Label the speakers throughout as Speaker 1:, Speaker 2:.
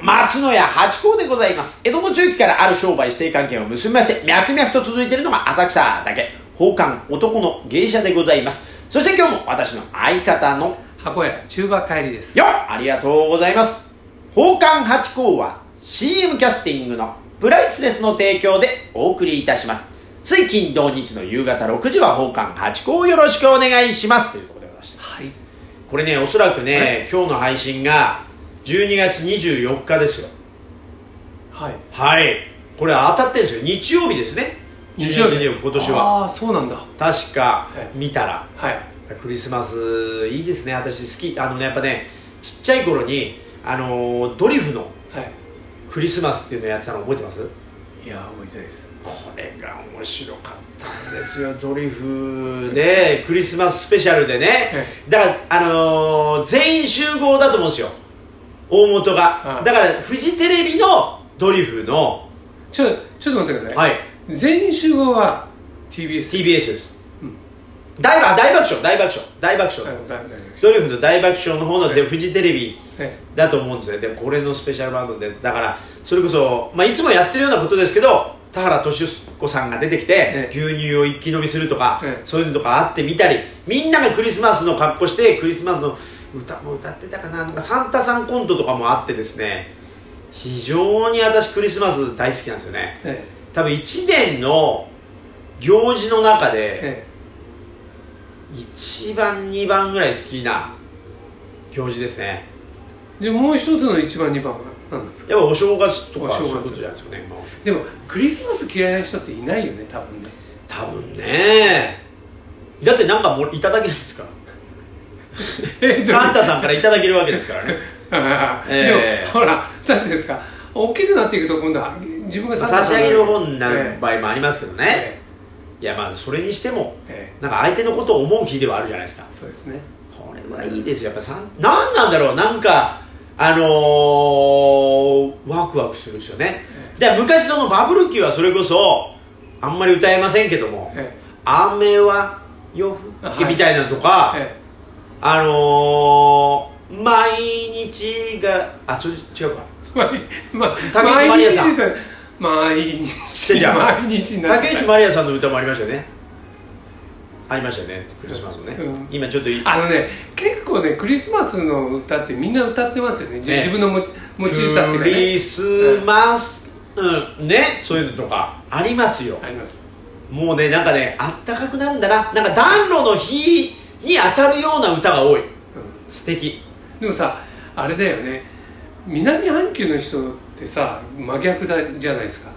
Speaker 1: 松野屋八甲でございます。江戸の中期からある商売指定関係を結びまして、脈々と続いているのが浅草だけ、宝冠男の芸者でございます。そして今日も私の相方の
Speaker 2: 箱屋中馬帰りです
Speaker 1: よっありがとうございます宝冠八甲は CM キャスティングのプライスレスの提供でお送りいたします水金土日の夕方6時は宝冠八甲をよろしくお願いしますということでございました
Speaker 2: はい
Speaker 1: これねおそらくね、今日の配信が12月24日ですよ
Speaker 2: はい
Speaker 1: はいこれ当たってるんですよ日曜日ですね12今年は
Speaker 2: ああそうなんだ
Speaker 1: 確か
Speaker 2: い
Speaker 1: 見たら
Speaker 2: はい
Speaker 1: クリスマスいいですね私好きあのねやっぱねちっちゃい頃にあのードリフの
Speaker 2: は
Speaker 1: クリスマスっていうのやってたの覚えてます
Speaker 2: いいや覚えてないです
Speaker 1: これが面白かったんですよドリフでクリスマススペシャルでねだからあのー全員集合だと思うんですよ大元が、
Speaker 2: うん
Speaker 1: だからフジテレビのドリフの
Speaker 2: ちょちょっと待ってください、
Speaker 1: はい
Speaker 2: 全員集合は TBS
Speaker 1: TBS です、大爆大爆笑大爆笑大爆
Speaker 2: はい
Speaker 1: 笑、
Speaker 2: わかんないです
Speaker 1: ドリフの大爆笑の方ので、
Speaker 2: はい
Speaker 1: フジテレビ
Speaker 2: はい
Speaker 1: だと思うんですよでこれのスペシャルバンドでだからそれこそ、まあ、いつもやってるようなことですけど田原俊子さんが出てきて
Speaker 2: ええ
Speaker 1: 牛乳を一気飲みするとか、
Speaker 2: ええ
Speaker 1: そういうのとかあってみたりみんながクリスマスの格好してクリスマスの歌も歌ってたかななんかサンタさんコントとかもあってですね非常に私クリスマス大好きなんですよね
Speaker 2: え
Speaker 1: 多分1年の行事の中
Speaker 2: え
Speaker 1: で
Speaker 2: え
Speaker 1: 1番2番ぐらい好きな行事ですね
Speaker 2: えでもう一つの1番2番は何なんですか
Speaker 1: やっぱお正月とか
Speaker 2: お正
Speaker 1: そうい
Speaker 2: 月
Speaker 1: うことじゃないですかね、まあお正
Speaker 2: でもクリスマス嫌いな人っていないよね多分ね
Speaker 1: 多分ねだってなんかもういただけるんです からサンタさんからいただけるわけですからね
Speaker 2: ああ
Speaker 1: ええ
Speaker 2: でもほらなんていうんですか大きくなっていくと今度は自分が サン
Speaker 1: 差
Speaker 2: タ
Speaker 1: し
Speaker 2: さん
Speaker 1: 上
Speaker 2: に
Speaker 1: げる方になる
Speaker 2: え
Speaker 1: 場合もありますけど
Speaker 2: え
Speaker 1: ね
Speaker 2: え、
Speaker 1: いやまあそれにしても
Speaker 2: ええ
Speaker 1: なんか相手のことを思う日ではあるじゃないですか
Speaker 2: えそうですね
Speaker 1: これはいいですよやっぱさん何なんだろうなんかあのー、ワクワクするんですよねで昔そのバブル期はそれこそあんまり歌えませんけども
Speaker 2: ええ
Speaker 1: 「雨は夜更け」みたいなのとか、
Speaker 2: え
Speaker 1: あのー、毎日があちょ違うか
Speaker 2: えまあまあ
Speaker 1: 竹内まりやさん
Speaker 2: 毎
Speaker 1: 違う
Speaker 2: 日
Speaker 1: 違う
Speaker 2: 毎日になっ
Speaker 1: 竹内
Speaker 2: て
Speaker 1: まりやさんの歌もありましたよねありましたよねクリスマスのね、
Speaker 2: うん
Speaker 1: 今ちょっとい
Speaker 2: あのね結構ねクリスマスの歌ってみんな歌ってますよねじ
Speaker 1: ね
Speaker 2: 自分の持ち持ち歌ってい
Speaker 1: ク
Speaker 2: うか
Speaker 1: リ
Speaker 2: ね
Speaker 1: スマス、うん、ねそういうのとかありますよ
Speaker 2: あります
Speaker 1: もうねなんかねあったかくなるんだななんか暖炉の火に当たるような歌が多い
Speaker 2: うん
Speaker 1: 素敵
Speaker 2: でもさあれだよね南半球の人ってさ真逆だじゃないですか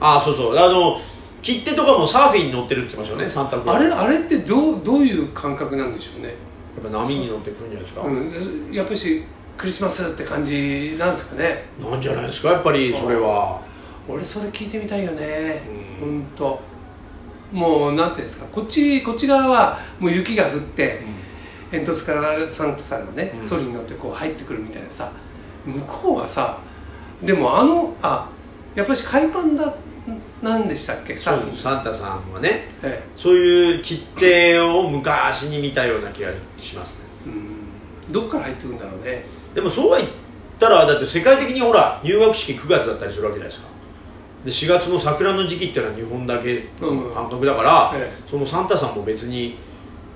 Speaker 1: ああそうそうあの切手とかもサーフィンに乗ってるって言ってましたよねサンタクロー
Speaker 2: あ
Speaker 1: ス
Speaker 2: れ
Speaker 1: やっ
Speaker 2: あれってどうどういう感覚なんでしょうね、
Speaker 1: ぱ波に乗ってくるんじゃないですか、
Speaker 2: うん、やっぱしクリスマスって感じなんですかね
Speaker 1: なんじゃないですかやっぱりそれは
Speaker 2: 俺それ聞いてみたいよね
Speaker 1: う
Speaker 2: 本当。もうなんていうんですかこっちこっち側はもう雪が降って、煙突からサンタさんがね、
Speaker 1: うん
Speaker 2: ソリに乗ってこう入ってくるみたいなさ向こうはさでもあのあやっぱり海パンだなんでしたっけ
Speaker 1: そ
Speaker 2: サン
Speaker 1: うサンタさんはね
Speaker 2: え
Speaker 1: そういう切手を昔に見たような気がしますね
Speaker 2: えうんどっから入ってくるんだろうね
Speaker 1: でもそうは言ったらだって世界的にほら入学式9月だったりするわけじゃないですかで4月の桜の時期っていうのは日本だけ
Speaker 2: うん
Speaker 1: 感覚だから、
Speaker 2: え
Speaker 1: そのサンタさんも別に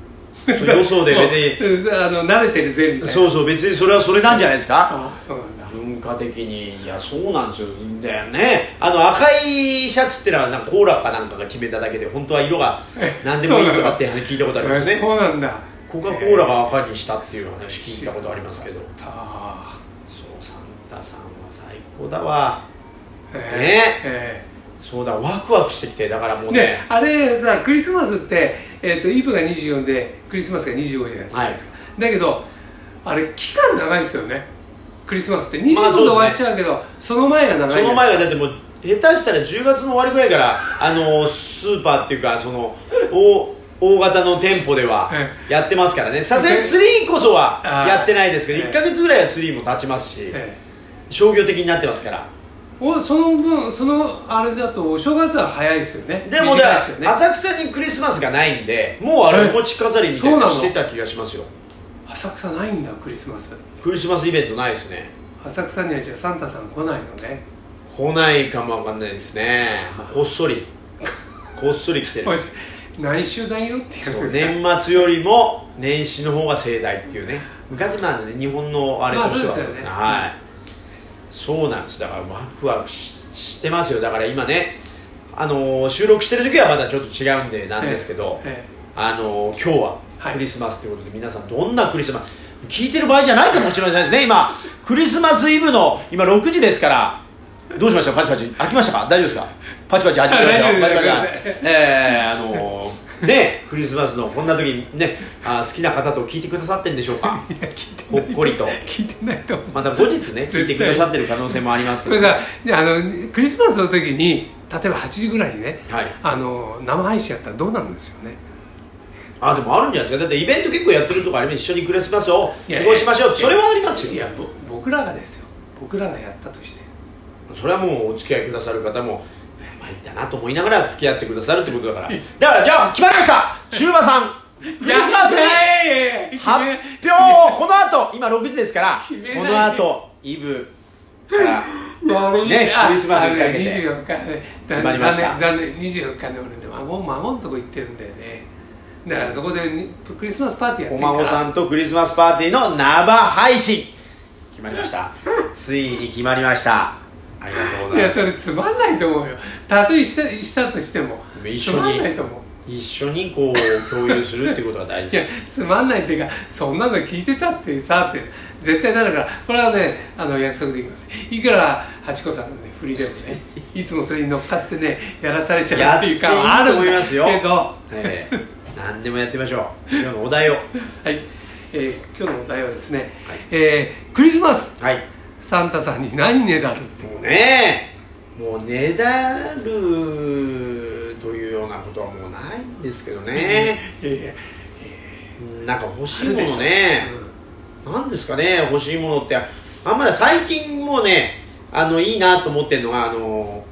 Speaker 1: そう予想で別に
Speaker 2: にあの慣れてるぜみたいな
Speaker 1: そうそう別にそれはそれなんじゃないですか
Speaker 2: あそうなんだ
Speaker 1: 文化的にいやそうなんですよだよねあの赤いシャツってのはなんかコーラかなんかが決めただけで本当は色が何でもいいとかって聞いたことあります
Speaker 2: ええ
Speaker 1: ね
Speaker 2: そうなんだ
Speaker 1: コカ・コーラが赤にしたっていう話聞いたことありますけど
Speaker 2: たあ
Speaker 1: そうサンタさんは最高だわ
Speaker 2: ええええ
Speaker 1: そうだワクワクしてきてだからもうね
Speaker 2: ね、あれさクリスマスって、えー、とイブが24でクリスマスが25じゃないですか、
Speaker 1: はい
Speaker 2: だけどあれ期間長いですよねクリスマスって25で
Speaker 1: まあそうですね
Speaker 2: 終わっちゃうけど、その前が長い
Speaker 1: その前はだってもう下手したら10月の終わりぐらいからあのスーパーっていうかその大大型の店舗では
Speaker 2: え
Speaker 1: やってますからねさすがにツリーこそは
Speaker 2: あー
Speaker 1: やってないですけど
Speaker 2: ええ
Speaker 1: 1か月ぐらいはツリーも立ちますし
Speaker 2: え
Speaker 1: 商業的になってますから
Speaker 2: えおその分そのあれだとお正月は早いですよね
Speaker 1: でも
Speaker 2: 短い
Speaker 1: だ
Speaker 2: ですよね
Speaker 1: 浅草にクリスマスがないんでもうあれお餅飾りみたいなのしてた気がしますよ
Speaker 2: 浅草ないんだクリスマス
Speaker 1: クリスマスイベントないですね
Speaker 2: 浅草にはじゃあサンタさん来ないのね
Speaker 1: 来ないかもわかんないですねもうこっそりこっそり来てる
Speaker 2: おい内緒だよってやつ
Speaker 1: そう
Speaker 2: ですか
Speaker 1: 年末よりも年始の方が盛大っていうね昔まあね日本のあれとしては、
Speaker 2: まあそうですよね
Speaker 1: はいそうなんですだからワクワクししてますよだから今ねあのー収録してる時はまだちょっと違うんでなんですけど、
Speaker 2: え
Speaker 1: あのー今日は
Speaker 2: はい
Speaker 1: クリスマスということで、皆さんどんなクリスマス聞いてる場合じゃないかもしれないですね今クリスマスイブの今6時ですからどうしましたパチパチ開きましたか大丈夫ですかパチパチ開いてくださいよ
Speaker 2: 大丈夫です
Speaker 1: パチパチえー、あのーねクリスマスのこんな時にねあ好きな方と聞いてくださってるんでしょうか
Speaker 2: えいや聞いて
Speaker 1: ほっこりと
Speaker 2: ない聞いてないと思う
Speaker 1: また後日ね聞いてくださってる可能性もあります
Speaker 2: そ
Speaker 1: け
Speaker 2: れ
Speaker 1: ど
Speaker 2: さであのクリスマスの時に例えば8時ぐらいにね、
Speaker 1: はい
Speaker 2: あの生配信やったらどうなるんですよね
Speaker 1: あでもあるんじゃないですかだってイベント結構やってるとかあります一緒にクリスマスを過ごしましょうそれはありますよ
Speaker 2: いやぼ僕らがですよ僕らがやったとして
Speaker 1: それはもうお付き合いくださる方も入ったなと思いながら付き合ってくださるってことだからだからじゃあ決まりましたシューマさんクリスマス
Speaker 2: い
Speaker 1: に
Speaker 2: やいやいや
Speaker 1: 発表
Speaker 2: い
Speaker 1: この後今6時ですから
Speaker 2: 決めない
Speaker 1: この後イブ から
Speaker 2: や俺
Speaker 1: ね
Speaker 2: あ
Speaker 1: クリスマスにかけて
Speaker 2: あのね24日ね
Speaker 1: 決まりました
Speaker 2: 残念残念24日で俺ね孫孫のとこ行ってるんだよねだからそこでにクリスマスパーティーや
Speaker 1: お
Speaker 2: ってるから
Speaker 1: 孫さんとクリスマスパーティーの生配信決まりま したついに決まりましたありがとうござ
Speaker 2: い
Speaker 1: い
Speaker 2: や
Speaker 1: ます
Speaker 2: それつまんないと思うよたとえしたしたとしても
Speaker 1: 一
Speaker 2: つ
Speaker 1: 緒に
Speaker 2: まんないと思う
Speaker 1: 一緒にこう共有するってことが大事
Speaker 2: いや
Speaker 1: です
Speaker 2: つまんないっていうかそんなの聞いてたってさって絶対なるからこれはねあの約束できませんいくらハチ子さんのね振りでもねいつもそれに乗っかってねやらされちゃうっていう感はあるんだ
Speaker 1: やっていいと思います
Speaker 2: けどは
Speaker 1: ええ何でもやってみましょう今日のお題を
Speaker 2: い、えー今日のお題はですね、
Speaker 1: はい
Speaker 2: えークリスマス
Speaker 1: はい
Speaker 2: サンタさんに何ねだるって
Speaker 1: もうねもうねだるというようなことはもうないんですけどね、
Speaker 2: いやいや
Speaker 1: なんか欲しい
Speaker 2: ある
Speaker 1: もの
Speaker 2: でしょ
Speaker 1: ねなんですかね欲しいものってあんまだ最近もうねあのいいなと思ってるのがあの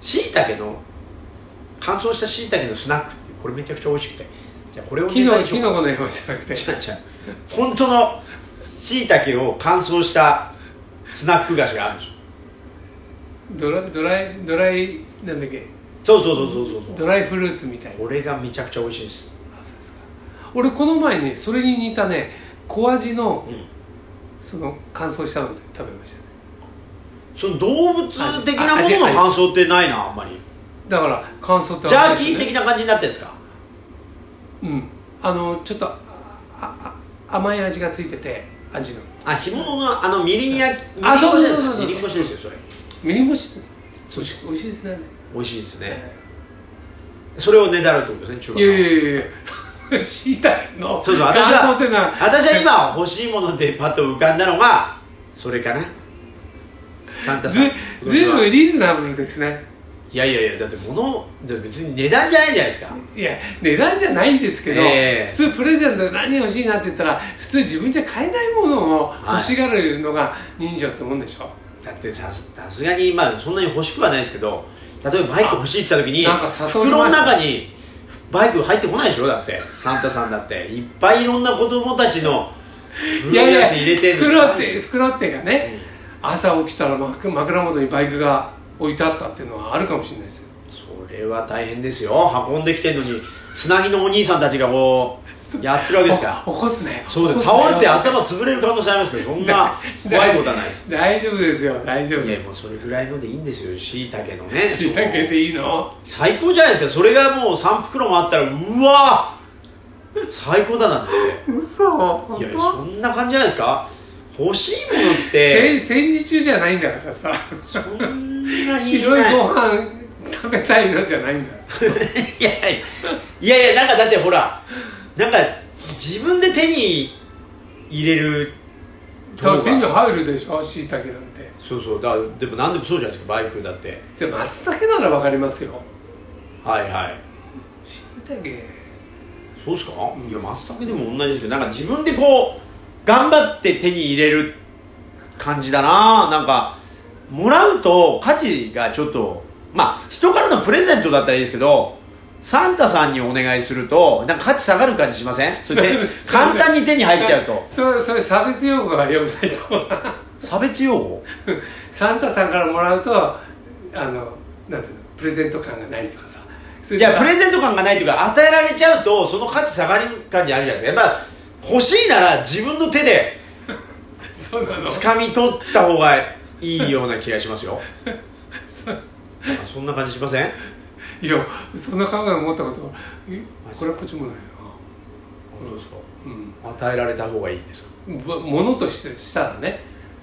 Speaker 1: しいたけの乾燥したしいたけのスナックってこれめちゃくちゃ美味しくてじゃあこれを
Speaker 2: キ
Speaker 1: ねだ
Speaker 2: ノ
Speaker 1: りし
Speaker 2: キ
Speaker 1: よ
Speaker 2: ノ
Speaker 1: うか
Speaker 2: コのようじゃなくて
Speaker 1: 違う違う本当のしいたけを乾燥したスナック菓子があるんですよ
Speaker 2: ドラドライドライなんだっけ
Speaker 1: そうそうそうそうそうそ
Speaker 2: ド
Speaker 1: う
Speaker 2: ライフルーツみたいな
Speaker 1: これがめちゃくちゃ美味しいです
Speaker 2: あそうですか俺この前ねそれに似たね小味の、
Speaker 1: ん
Speaker 2: その乾燥したので食べましたね
Speaker 1: その動物的なものの感想ってないなあんまり
Speaker 2: だから乾燥って
Speaker 1: ジャーキー
Speaker 2: 味です
Speaker 1: 的
Speaker 2: ね
Speaker 1: な感じになってるんですか
Speaker 2: うんあのちょっとあああ甘い味がついてて味の
Speaker 1: あ干物のあのみりん焼き
Speaker 2: あそうそうそうそう
Speaker 1: みりん干しですよそれ
Speaker 2: みりん干しそうし美味しいですねあれ
Speaker 1: 美味しいですねそれをねだるってことですね中華
Speaker 2: いやいやいやいや しいたけの
Speaker 1: そうそう私
Speaker 2: 乾燥
Speaker 1: は
Speaker 2: ってな
Speaker 1: 私は今欲しいものでパッと浮かんだのがそれかなサンタさん
Speaker 2: ずずいぶんリーズナブルですね
Speaker 1: いやいやいやだって物だって別に値段じゃないじゃないですか
Speaker 2: いや値段じゃないんですけど、
Speaker 1: ええ
Speaker 2: 普通プレゼントで何欲しいなって言ったら普通自分じゃ買えないものを欲しがるのが人情ってもんでしょ、
Speaker 1: だってさすさすがにまあそんなに欲しくはないですけど例えばバイク欲しいって言った時に
Speaker 2: なんか誘い
Speaker 1: 袋の
Speaker 2: ました
Speaker 1: 中にバイク入ってこないでしょだってサンタさんだっていっぱいいろんな子供たちの古いやつ入れてんのに
Speaker 2: 袋って袋ってがね、朝起きたら枕枕元にバイクが置いてあったっていうのはあるかもしれないですよ
Speaker 1: それは大変ですよ運んできてんのにつなぎのお兄さんたちがこうやってるわけですから
Speaker 2: お起こすね
Speaker 1: そうです
Speaker 2: 起こ
Speaker 1: 倒
Speaker 2: す
Speaker 1: れ
Speaker 2: ね
Speaker 1: て頭潰れる可能性ありますけどそん な怖いことはないです
Speaker 2: 大丈夫ですよ大丈夫
Speaker 1: いやもうそれぐらいのでいいんですよしいたけのね
Speaker 2: しいたけでいいの
Speaker 1: 最高じゃないですかそれがもう3袋もあったらうわー最高だなんて
Speaker 2: 嘘本
Speaker 1: いやそ
Speaker 2: 当
Speaker 1: んな感じじゃないですか欲しいものっ
Speaker 2: せ
Speaker 1: て
Speaker 2: 戦時中じゃないんだから さ
Speaker 1: そんなに ない
Speaker 2: 白いご飯食べたいなじゃないんだ
Speaker 1: いやいやいやいやなんかだってほらなんか自分で手に入れる
Speaker 2: だ手に
Speaker 1: 方が
Speaker 2: 入るでしょしいたけなんて
Speaker 1: そうそうだからでも何でもそうじゃないですかバイクだって
Speaker 2: それ松茸ならわかりますよ
Speaker 1: はいはい
Speaker 2: しいたけ
Speaker 1: そうですかいや松茸でも同じですけどなんか自分でこう頑張って手に入れる感じだななんかもらうと価値がちょっとまあ人からのプレゼントだったらいいですけどサンタさんにお願いするとなんか価値下がる感じしませんそれで簡単に手に入っちゃうと
Speaker 2: それそれ差別用語はよくないと思うな
Speaker 1: 差別用語
Speaker 2: サンタさんからもらうとあのなんていうのプレゼント感がないとかさそれ
Speaker 1: じ
Speaker 2: で
Speaker 1: ゃあ
Speaker 2: さ
Speaker 1: プレゼント感がないというか与えられちゃうとその価値下がり感じあるじゃないですかやっぱ欲しいなら自分の手で
Speaker 2: そうなの
Speaker 1: 掴み取った方がいいような気がしますよ
Speaker 2: そう
Speaker 1: なんかそんな感じしません
Speaker 2: いやそんな考え思ったことえ
Speaker 1: マジ
Speaker 2: これっぽっちもないな
Speaker 1: 本当ですか
Speaker 2: うん
Speaker 1: 与えられた方がいいんですか
Speaker 2: ぶものとしてしたらね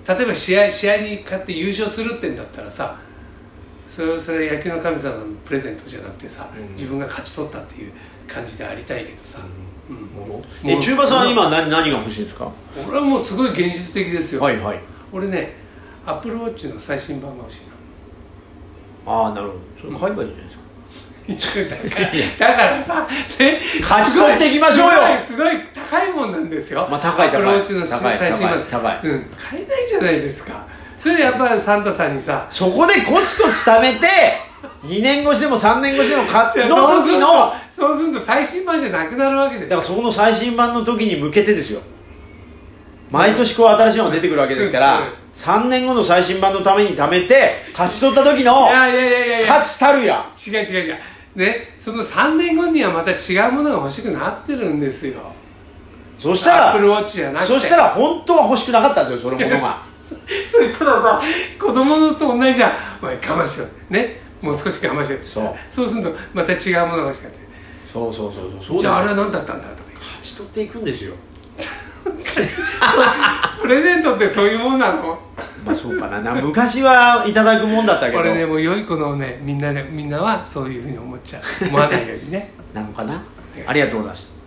Speaker 2: 例えば試合試合に勝って優勝するってんだったらさそれそれ野球の神様のプレゼントじゃなくてさ、
Speaker 1: うん
Speaker 2: 自分が勝ち取ったっていう感じでありたいけどさ、うん
Speaker 1: もの
Speaker 2: も
Speaker 1: え
Speaker 2: の
Speaker 1: 中馬さんは
Speaker 2: も
Speaker 1: 今何何が欲しいんですか
Speaker 2: 俺はもうすごい現実的ですよ、
Speaker 1: はいはい
Speaker 2: 俺ねアップルウォッチの最新版が欲しいな
Speaker 1: ああなるほどそれ買えばいいじゃないですか、
Speaker 2: だからだからさ、ね、
Speaker 1: 勝ち取っていきましょうよ
Speaker 2: すごいすごい高いもんなんですよ
Speaker 1: まあ高い高い
Speaker 2: アプローチの
Speaker 1: 高い
Speaker 2: 最新版
Speaker 1: 高い高い
Speaker 2: うん、買えないじゃないですかそれでやっぱりサンタさんにさ
Speaker 1: そこでコツコツ貯めて2年越しでも3年越しでも買っての
Speaker 2: そうす
Speaker 1: 時
Speaker 2: ると
Speaker 1: の
Speaker 2: そうすると最新版じゃなくなるわけです
Speaker 1: だ
Speaker 2: よ
Speaker 1: からそこの最新版の時に向けてですよ毎年こう新しいのが出てくるわけですか
Speaker 2: うん
Speaker 1: ら
Speaker 2: うん
Speaker 1: 3年後の最新版のために貯めて勝ち取った時の
Speaker 2: いやいやいやいやいや
Speaker 1: 勝ちたるや
Speaker 2: 違う違う違うねその3年後にはまた違うものが欲しくなってるんですよ
Speaker 1: そした
Speaker 2: アッ
Speaker 1: ら
Speaker 2: プルウォッチじゃなくて
Speaker 1: そしたら本当は欲しくなかったんですよそのものが
Speaker 2: そ そしたらさ子供のと同じじゃんお前我慢しろねもう少し我慢しろって
Speaker 1: そう
Speaker 2: そうするとまた違うものが欲しくなって
Speaker 1: そうそうそうそうそうです
Speaker 2: じ
Speaker 1: よ
Speaker 2: ゃああれ
Speaker 1: 勝
Speaker 2: は何だったんだとか
Speaker 1: ち取っていくんですよ
Speaker 2: プレゼントって そういうもんなの
Speaker 1: まあそうかなな昔はいただくもんだったけど
Speaker 2: これねもう良い子のねみんなねみんなはそういうふうに思っちゃう思わないようにね
Speaker 1: なのかなありがとうございました